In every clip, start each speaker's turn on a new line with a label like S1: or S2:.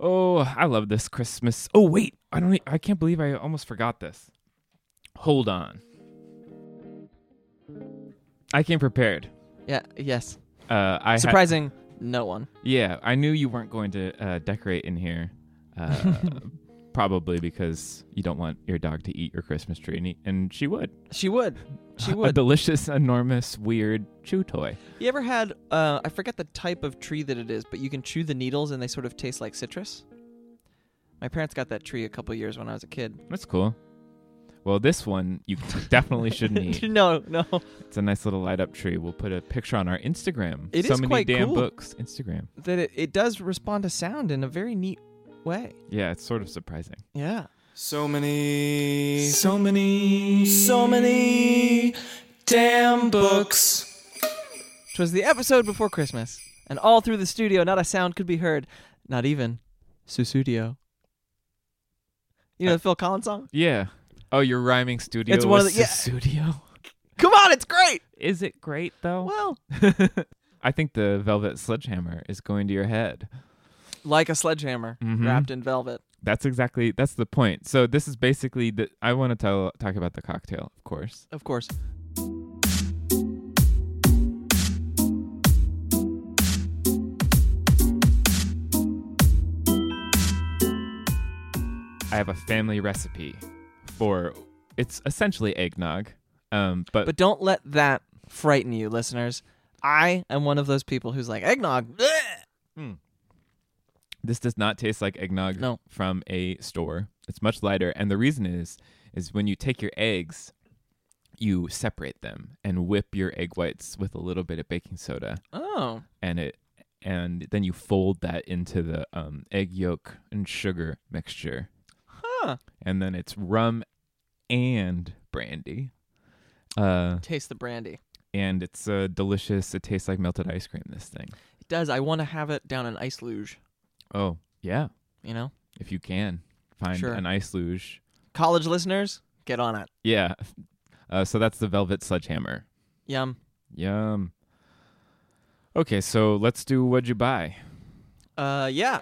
S1: Oh, I love this Christmas. Oh wait, I don't. e- I can't believe I almost forgot this. Hold on. I came prepared.
S2: Yeah. Yes.
S1: Uh, I had-
S2: Surprising. no one.
S1: Yeah, I knew you weren't going to uh, decorate in here. Uh, probably because you don't want your dog to eat your Christmas tree, and, he, and she would.
S2: She would. She
S1: A
S2: would.
S1: delicious, enormous, weird chew toy.
S2: You ever had? Uh, I forget the type of tree that it is, but you can chew the needles and they sort of taste like citrus. My parents got that tree a couple years when I was a kid.
S1: That's cool. Well, this one you definitely shouldn't eat.
S2: no, no.
S1: It's a nice little light up tree. We'll put a picture on our Instagram.
S2: It
S1: so
S2: is
S1: many
S2: quite
S1: damn
S2: cool.
S1: books. Instagram.
S2: That it, it does respond to sound in a very neat way.
S1: Yeah, it's sort of surprising.
S2: Yeah.
S3: So many, so many, so many damn books.
S2: Which was the episode before Christmas, and all through the studio, not a sound could be heard, not even Susudio. You know the Phil Collins song?
S1: Yeah. Oh, your rhyming studio.
S2: It's one of
S1: was
S2: the- yeah.
S1: studio.
S2: Come on, it's great.
S1: Is it great though?
S2: Well,
S1: I think the velvet sledgehammer is going to your head.
S2: like a sledgehammer
S1: Mhm.
S2: wrapped in velvet.
S1: That's exactly that's the point. So this is basically the I want to tell talk about the cocktail, of course.
S2: Of course.
S1: I have a family recipe for it's essentially eggnog. Um but,
S2: But don't let that frighten you, listeners. I am one of those people who's like eggnog. bleh."
S1: this does not taste like eggnog
S2: No.
S1: from a store. It's much lighter and the reason is is when you take your eggs you separate them and whip your egg whites with a little bit of baking soda
S2: Oh,
S1: and it and then you fold that into the um, egg yolk and sugar mixture
S2: huh.
S1: and then it's rum and brandy. Uh,
S2: Taste the brandy.
S1: and it's uh, delicious. It tastes like melted ice cream. This thing.
S2: It does. I want to have it down an ice luge.
S1: Oh yeah,
S2: You know,
S1: if you can find
S2: Sure.
S1: an ice luge.
S2: college listeners, get on it.
S1: Yeah. Uh, so that's the velvet sledgehammer.
S2: Yum.
S1: Yum. Okay, so let's do what'd you buy?
S2: Uh, yeah.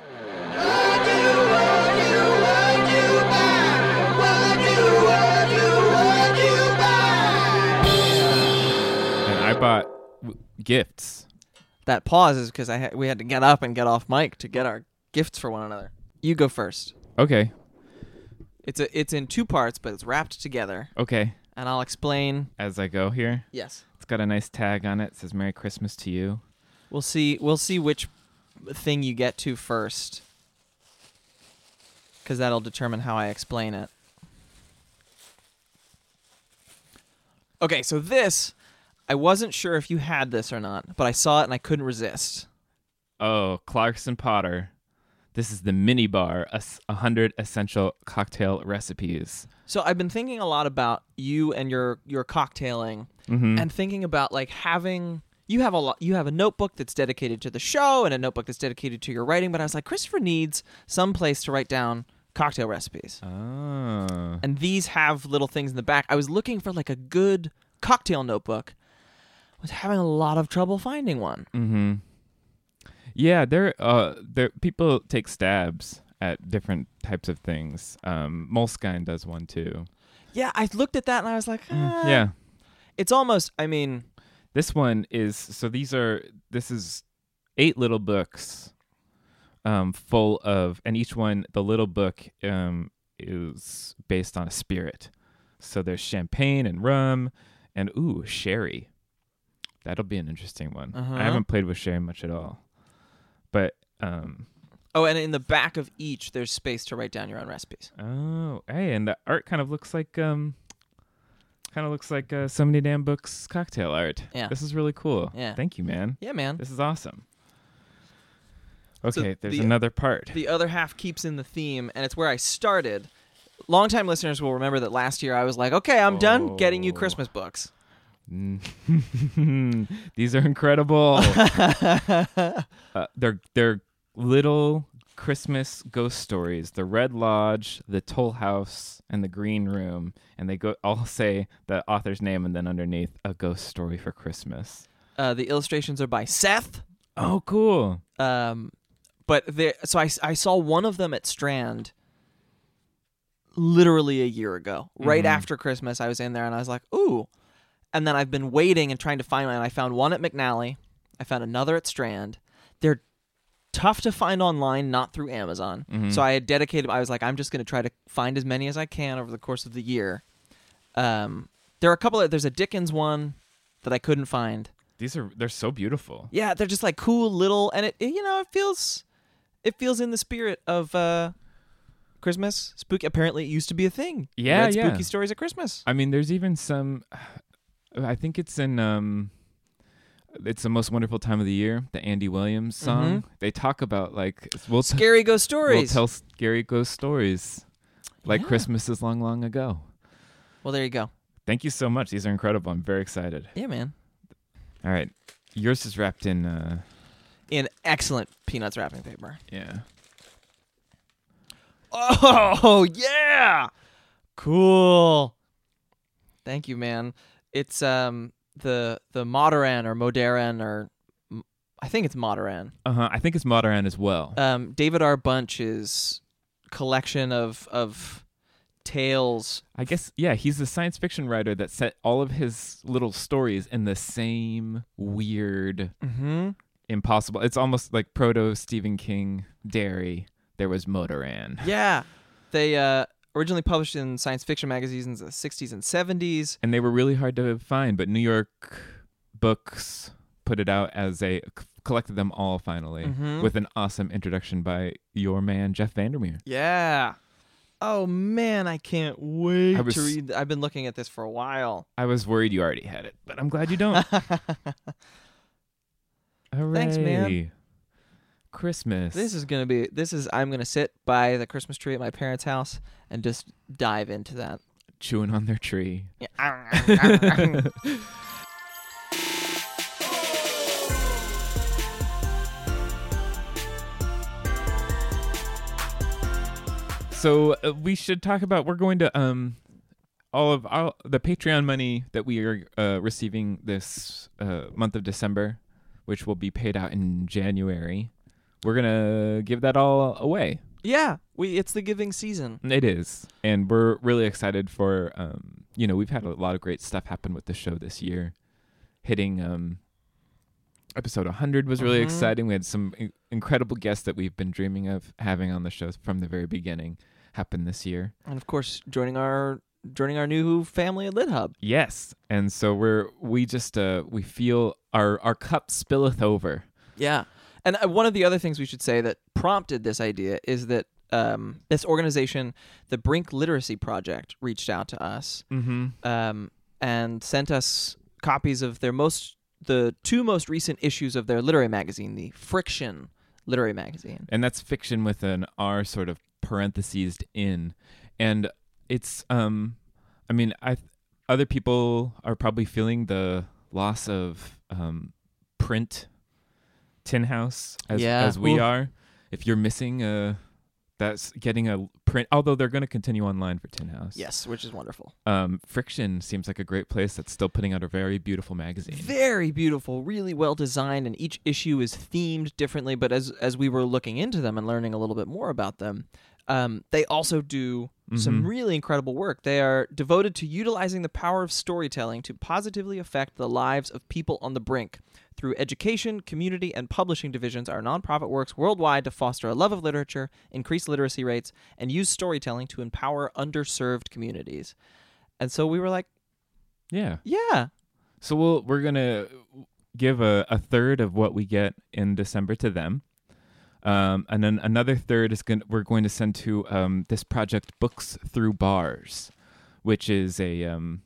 S1: And I bought w- gifts.
S2: That pause is because I ha- we had to get up and get off mic to get our gifts for one another. You go first.
S1: Okay.
S2: It's a it's in two parts, but it's wrapped together,
S1: Okay.
S2: and I'll explain.
S1: As I go here,
S2: Yes.
S1: it's got a nice tag on it. It says "Merry Christmas to you."
S2: We'll see. We'll see which thing you get to first, because that'll determine how I explain it. Okay, so this, I wasn't sure if you had this or not, but I saw it and I couldn't resist.
S1: Oh, Clarkson Potter. This is the mini bar, a s- a 100 essential cocktail recipes.
S2: So I've been thinking a lot about you and your your cocktailing, and thinking about like having you have a lot you have a notebook that's dedicated to the show and a notebook that's dedicated to your writing. But I was like, Christopher needs some place to write down cocktail recipes.
S1: Oh.
S2: and these have little things in the back. I was looking for like a good cocktail notebook. I was having a lot of trouble finding one.
S1: Mm-hmm. Yeah, there uh there people take stabs at different types of things. Um Moleskine does one too.
S2: Yeah, I looked at that and I was like, "Ah."
S1: Mm, Yeah.
S2: It's almost. I mean,
S1: This one is so these are this is eight little books um, full of, and each one, the little book um, is based on a spirit. So there's champagne and rum and, ooh, sherry. That'll be an interesting one.
S2: Uh-huh.
S1: I haven't played with sherry much at all. But, um,
S2: Oh, and in the back of each, there's space to write down your own recipes.
S1: oh, hey, and the art kind of looks like, um, kind of looks like uh, so many damn books cocktail art.
S2: Yeah.
S1: This is really cool.
S2: Yeah.
S1: Thank you, man.
S2: Yeah, man.
S1: This is awesome.
S2: So
S1: Okay, there's
S2: the-
S1: another part.
S2: The other half keeps in the theme, and it's where I started. Longtime listeners will remember that last year I was like, okay, I'm done getting you
S1: Oh.
S2: Christmas books.
S1: Mm. These are incredible. Uh, they're they're little Christmas ghost stories. The Red Lodge, the Toll House, and the Green Room, and they go all say the author's name and then underneath a ghost story for Christmas.
S2: Uh, the illustrations are by Seth.
S1: Oh, cool.
S2: Um, but there, so I, I saw one of them at Strand literally a year ago, right after Christmas. I was in there and I was like, ooh. And then I've been waiting and trying to find one. And I found one at McNally, I found another at Strand. They're tough to find online, not through Amazon.
S1: Mm-hmm.
S2: So I had dedicated, I was like, I'm just going to try to find as many as I can over the course of the year. Um, there are a couple of, there's a Dickens one that I couldn't find
S1: These are they're so beautiful.
S2: yeah they're just like cool little and it, it- you know it feels it feels in the spirit of uh christmas spooky apparently it used to be a thing You
S1: Yeah,
S2: read
S1: yeah.
S2: spooky stories at christmas
S1: I mean, there's even some. I think it's in. Um, it's the most wonderful time of the year. The Andy Williams song. They talk about like we'll t-
S2: Mm-hmm. scary ghost stories
S1: We'll tell scary ghost stories like
S2: Yeah.
S1: Christmas is long, long ago.
S2: well there you go
S1: Thank you so much. These are incredible. I'm very excited.
S2: yeah man
S1: All right. Yours is wrapped in, uh,
S2: in excellent peanuts wrapping paper
S1: yeah.
S2: oh yeah cool thank you man it's um the the moderan or moderan or m- i think it's moderan
S1: Uh huh. I think it's Moderan as well.
S2: um, David R. Bunch's collection of of tales.
S1: I guess, yeah, he's a science fiction writer that set all of his little stories in the same weird,
S2: Mm-hmm.
S1: impossible. It's almost like proto Stephen King dairy. There was Moderan.
S2: Yeah, they uh, originally published in science fiction magazines in the '60s and '70s.
S1: and they were really hard to find but new york books put it out as a collected them all finally
S2: Mhm.
S1: with an awesome introduction by your man jeff vandermeer
S2: Yeah. Oh man, I can't wait
S1: I was-
S2: to read. th- I've been looking at this for a while.
S1: i was worried you already had it but i'm glad you don't
S2: Thanks, man.
S1: Hooray. christmas
S2: This is gonna be. This is. I'm gonna sit by the Christmas tree at my parents' house and just dive into that.
S1: chewing on their tree so uh, we should talk about we're going to um all of all the patreon money that we are uh, receiving this uh, month of december which will be paid out in january we're gonna give that all away
S2: yeah, we. It's the giving season.
S1: it is and we're really excited for um you know we've had a lot of great stuff happen with the show this year hitting um episode 100 was really
S2: Mhm.
S1: exciting we had some in- incredible guests that we've been dreaming of having on the show from the very beginning happen this year
S2: and of course joining our joining our new family at LitHub.
S1: Yes, and so we're we just uh we feel our our cup spilleth over.
S2: Yeah, and uh, one of the other things we should say that prompted this idea is that um, this organization, the Brink Literacy Project, reached out to us
S1: Mm-hmm.
S2: um, and sent us copies of their most the two most recent issues of their literary magazine, the Friction literary magazine.
S1: And that's fiction with an R sort of parenthesized in, and it's um, I mean I other people are probably feeling the loss of um print, Tin House as
S2: Yeah.
S1: as we
S2: Ooh.
S1: are. If you're missing uh that's getting a print, although they're going to continue online for Tin House.
S2: Yes, which is wonderful.
S1: Um, Friction seems like a great place that's still putting out a very beautiful magazine.
S2: Very beautiful, really well designed, and each issue is themed differently. But as as we were looking into them and learning a little bit more about them, um, they also do Some really incredible work. They are devoted to utilizing the power of storytelling to positively affect the lives of people on the brink. Through education, community, and publishing divisions, our nonprofit works worldwide to foster a love of literature, increase literacy rates, and use storytelling to empower underserved communities. And so we were like,
S1: Yeah.
S2: yeah,
S1: So we'll we're gonna give a, a third of what we get in December to them, um, and then another third is going we're going to send to um, this project Books Through Bars, which is a um,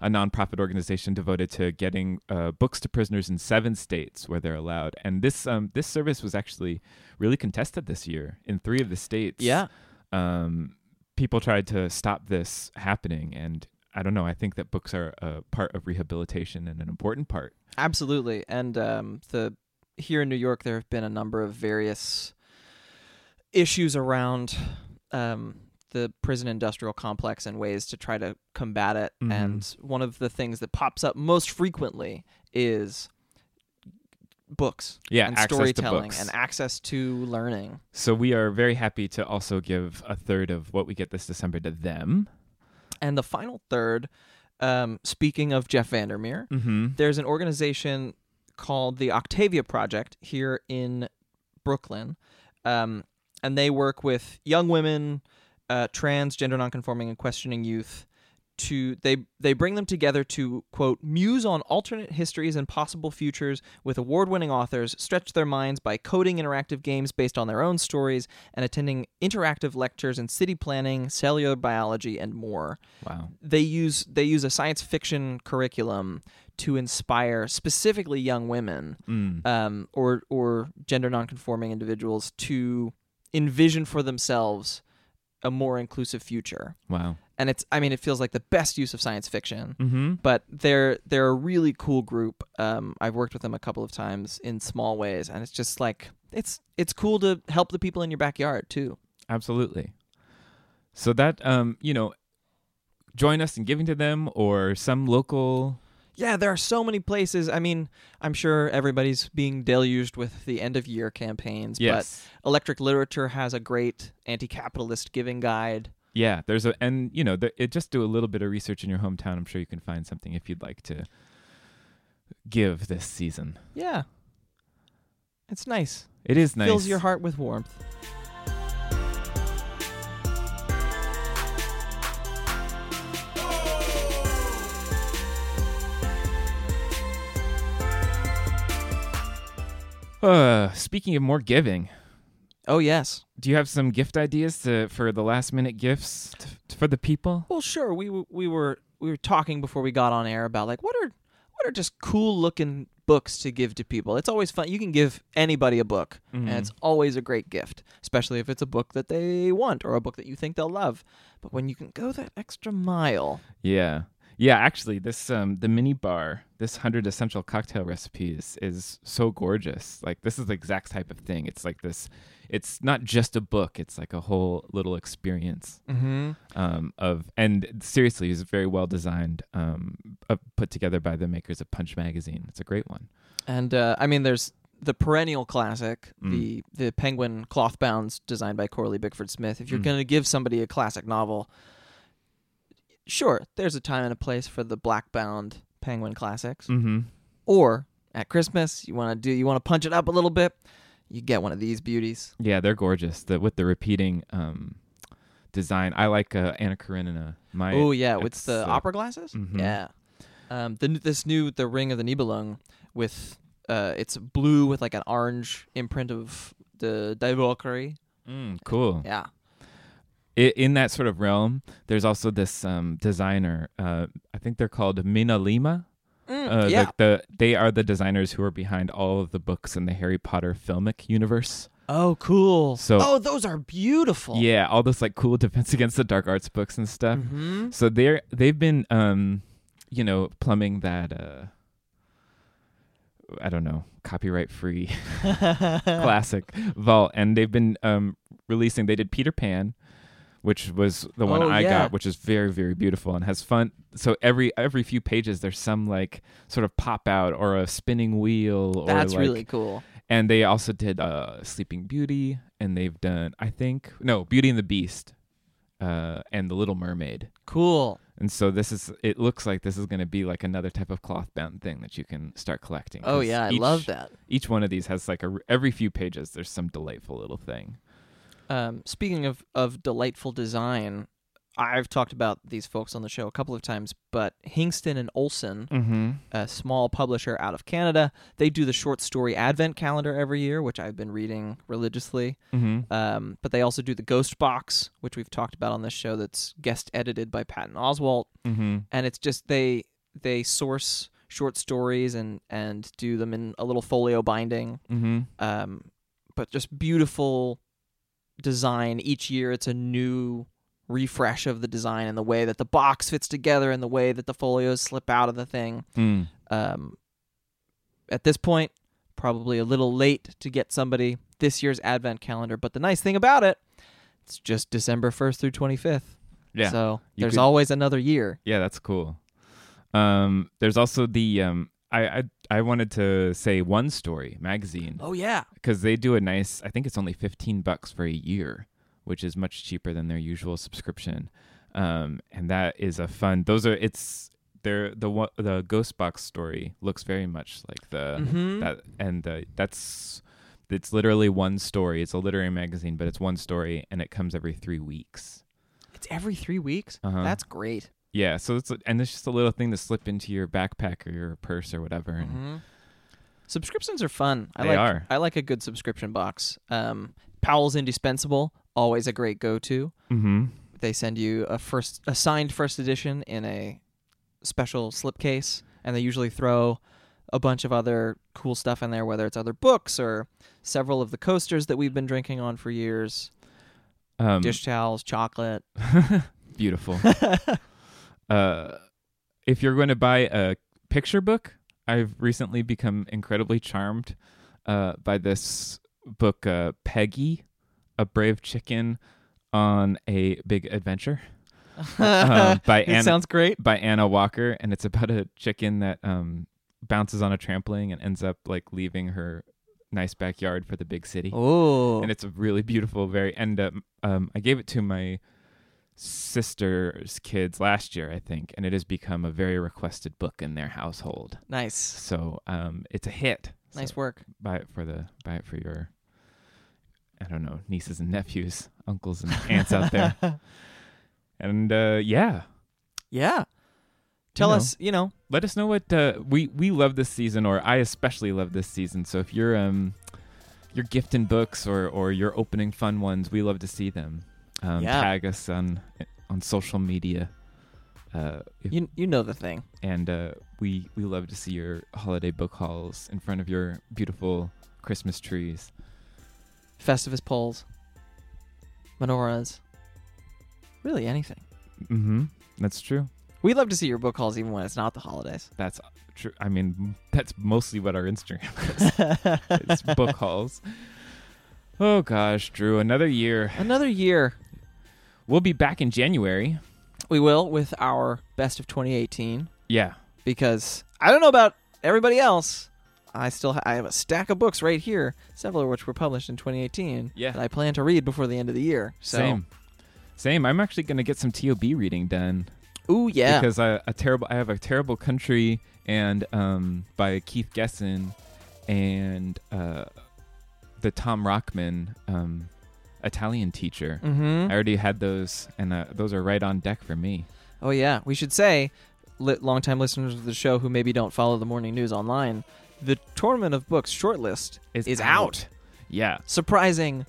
S1: a nonprofit organization devoted to getting uh, books to prisoners in seven states where they're allowed. And this um, this service was actually really contested this year in three of the states
S2: yeah.
S1: um, people tried to stop this happening and i don't know i think that books are a part of rehabilitation and an important part
S2: Absolutely, and um, the here in New York, there have been a number of various issues around um, the prison industrial complex and ways to try to combat it.
S1: Mhm.
S2: And one of the things that pops up most frequently is books
S1: yeah
S2: and
S1: access to
S2: storytelling
S1: books.
S2: and access to learning.
S1: so we are very happy to also give a third of what we get this december to them
S2: And the final third, um, speaking of Jeff Vandermeer,
S1: mm-hmm.
S2: there's an organization called the Octavia Project here in Brooklyn, um, and they work with young women, uh, trans, gender nonconforming, and questioning youth. To they they bring them together to quote muse on alternate histories and possible futures with award-winning authors, stretch their minds by coding interactive games based on their own stories, and attending interactive lectures in city planning, cellular biology, and more
S1: wow
S2: they use they use a science fiction curriculum to inspire specifically young women
S1: Mm.
S2: um, or or gender nonconforming individuals to envision for themselves a more inclusive future.
S1: wow
S2: And it's I mean it feels like the best use of science fiction.
S1: mm-hmm.
S2: But they're they're a really cool group. Um, I've worked with them a couple of times in small ways, and it's just like it's it's cool to help the people in your backyard too.
S1: absolutely so that um you know join us in giving to them or some local
S2: Yeah, there are so many places. I mean, I'm sure everybody's being deluged with the end of year campaigns,
S1: yes
S2: but Electric Literature has a great anti capitalist giving guide.
S1: yeah there's a and you know there, it just do a little bit of research in your hometown i'm sure you can find something if you'd like to give this season
S2: Yeah. It's nice.
S1: It is nice.
S2: Fills your heart with warmth.
S1: Uh, speaking of more giving,
S2: Oh, yes.
S1: do you have some gift ideas to, for the last minute gifts t- t- for the people?
S2: Well, sure. We w- we were we were talking before we got on air about like what are what are just cool looking books to give to people. It's always fun. You can give anybody a book, and it's always a great gift, especially if it's a book that they want or a book that you think they'll love. But when you can go that extra mile,
S1: Yeah. Yeah, actually, this um the mini bar, this 100 essential cocktail recipes is so gorgeous. Like this is the exact type of thing. It's like this it's not just a book, it's like a whole little experience.
S2: mm-hmm.
S1: um, of and seriously is very well designed um, uh, put together by the makers of punch magazine it's a great one
S2: and uh, I mean, there's the perennial classic,
S1: Mm.
S2: the the penguin cloth bounds designed by Corley Bickford Smith. If you're
S1: Mm.
S2: going to give somebody a classic novel, sure, there's a time and a place for the black bound penguin classics.
S1: mm-hmm.
S2: Or at Christmas, you want to do you want to punch it up a little bit, you get one of these beauties.
S1: yeah they're gorgeous the, with the repeating um, design i like uh, anna karenina my
S2: Oh yeah, with the
S1: it's, uh,
S2: opera glasses.
S1: mhm.
S2: Yeah. Um, the, this new the ring of the Nibelung with uh, it's blue with like an orange imprint of the Daivalkyrie.
S1: Mm, cool
S2: Yeah.
S1: I in that sort of realm there's also this um, designer uh, i think they're called mina lima
S2: Mm,
S1: uh,
S2: yeah.
S1: like the they are the designers who are behind all of the books in the Harry Potter filmic universe.
S2: Oh, cool.
S1: So-
S2: oh, those are beautiful.
S1: Yeah, all those like cool Defense Against the Dark Arts books and stuff.
S2: hmm
S1: So they're they've been um, you know, plumbing that uh I don't know, copyright free classic vault and they've been um releasing they did Peter Pan which was the one
S2: Oh,
S1: I
S2: yeah.
S1: got, which is very, very beautiful and has fun. So every every few pages, there's some like sort of pop out or a spinning wheel. Or
S2: That's
S1: like,
S2: really cool.
S1: And they also did uh, Sleeping Beauty, and they've done I think no Beauty and the Beast, uh, and The Little Mermaid.
S2: Cool.
S1: And so this is it looks like this is going to be like another type of cloth bound thing that you can start collecting.
S2: Oh
S1: 'cause
S2: yeah, I
S1: each-
S2: love that.
S1: Each one of these has like a r- every few pages there's some delightful little thing.
S2: Um, speaking of of delightful design, I've talked about these folks on the show a couple of times, but Hingston and Olson,
S1: Mm-hmm.
S2: a small publisher out of Canada, they do the short story advent calendar every year, which I've been reading religiously.
S1: Mm-hmm.
S2: Um, but they also do the Ghost Box, which we've talked about on this show. That's guest edited by Patton Oswalt.
S1: Mm-hmm.
S2: and it's just they they source short stories and and do them in a little folio binding
S1: Mm-hmm.
S2: um but just beautiful design each year it's a new refresh of the design and the way that the box fits together and the way that the folios slip out of the thing
S1: Mm.
S2: um at this point probably a little late to get somebody this year's advent calendar but the nice thing about it it's just december 1st through 25th
S1: Yeah.
S2: so
S1: You
S2: there's
S1: could-
S2: always another year
S1: Yeah, that's cool. Um, there's also the um, I, I I wanted to say one story magazine
S2: oh yeah
S1: because they do a nice. I think it's only fifteen bucks for a year, which is much cheaper than their usual subscription. Um, and that is a fun. Those are it's they're the one the ghost box story looks very much like the
S2: Mhm.
S1: Uh, that and the, that's it's literally one story. It's a literary magazine, but it's one story, and it comes every three weeks.
S2: It's every three weeks.
S1: Uh-huh.
S2: That's great.
S1: Yeah, so it's and it's just a little thing to slip into your backpack or your purse or whatever. And
S2: Subscriptions are fun. I
S1: They
S2: like,
S1: are.
S2: I like a good subscription box. Um, Powell's Indispensable, always a great go-to.
S1: mm-hmm.
S2: They send you a first, a signed first edition in a special slipcase, and they usually throw a bunch of other cool stuff in there, whether it's other books or several of the coasters that we've been drinking on for years,
S1: um,
S2: dish towels, chocolate.
S1: beautiful. uh, if you're going to buy a picture book, I've recently become incredibly charmed uh, by this book, uh, Peggy, a brave chicken on a big adventure, um, by
S2: it
S1: Anna
S2: sounds great.
S1: by Anna Walker, and it's about a chicken that um, bounces on a trampoline and ends up like leaving her nice backyard for the big city.
S2: Oh,
S1: and it's a really beautiful very and um, um i gave it to my sister's kids last year i think and it has become a very requested book in their household
S2: nice,
S1: so um it's a hit So
S2: nice work.
S1: buy it for the buy it for your i don't know nieces and nephews uncles and aunts out there and uh yeah
S2: Yeah. Tell
S1: know.
S2: us, you know,
S1: let us know what uh, we we love this season, or I especially love this season. So if you're um you're gifting books or or you're opening fun ones, we love to see them. Um,
S2: Yeah.
S1: Tag us on on social media, uh, if-
S2: you you know the thing.
S1: and uh, we we love to see your holiday book hauls in front of your beautiful Christmas trees.
S2: Festivus poles, menorahs, really anything.
S1: Mm-hmm. That's true.
S2: We love to see your book hauls even when it's not the holidays.
S1: That's true. I mean, that's mostly what our Instagram is book hauls. Oh gosh, Drew, another year.
S2: Another year
S1: We'll be back in January.
S2: we will with our best of 2018
S1: Yeah.
S2: because I don't know about everybody else. I still ha- I have a stack of books right here, several of which were published in 2018
S1: Yeah.
S2: that I plan to read before the end of the year. So,
S1: Same. Same. I'm actually going to get some TOB reading done
S2: ooh yeah,
S1: because I a terrible I have a terrible country and um by Keith Gesson and uh the Tom Rockman um Italian teacher.
S2: mm-hmm.
S1: I already had those and uh, those are right on deck for me.
S2: Oh yeah, we should say, li- longtime listeners of the show who maybe don't follow the morning news online, the Tournament of Books shortlist
S1: It's
S2: is
S1: out. Yeah.
S2: surprising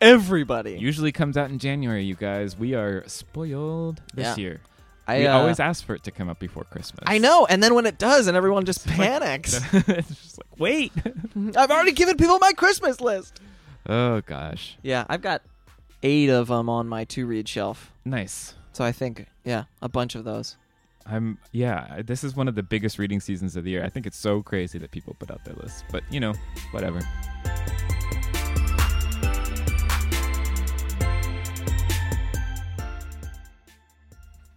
S2: everybody.
S1: Usually comes out in January, you guys. We are spoiled this
S2: Yeah.
S1: year.
S2: I
S1: we
S2: uh,
S1: always ask for it to come up before Christmas.
S2: I know, and then when it does, and everyone
S1: It's
S2: just
S1: like-
S2: panics.
S1: it's just like, wait.
S2: I've already given people my Christmas list.
S1: Oh gosh,
S2: Yeah, I've got eight of them on my to-read shelf,
S1: nice.
S2: so I think yeah, a bunch of those.
S1: I'm yeah. I- This is one of the biggest reading seasons of the year. I think it's so crazy that people put out their lists, but you know, whatever.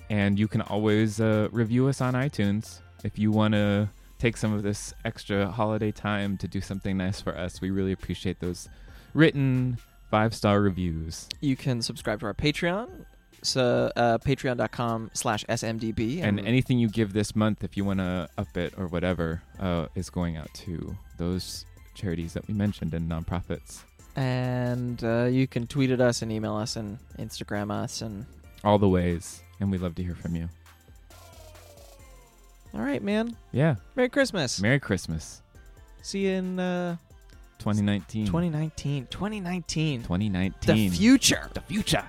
S1: And you can always uh, review us on iTunes if you want to take some of this extra holiday time to do something nice for us. We really appreciate those written five star reviews.
S2: You can subscribe to our Patreon so, uh, patreon.com slash smdb.
S1: And anything you give this month, if you want to up it or whatever, uh, is going out to those charities that we mentioned and nonprofits.
S2: and uh, you can tweet at us and email us and Instagram us. And
S1: All the ways. And we love to hear from you.
S2: all right, man.
S1: Yeah.
S2: Merry Christmas.
S1: Merry Christmas
S2: See you in uh,
S1: 2019.
S2: 2019. 2019.
S1: 2019.
S2: The future.
S1: the future.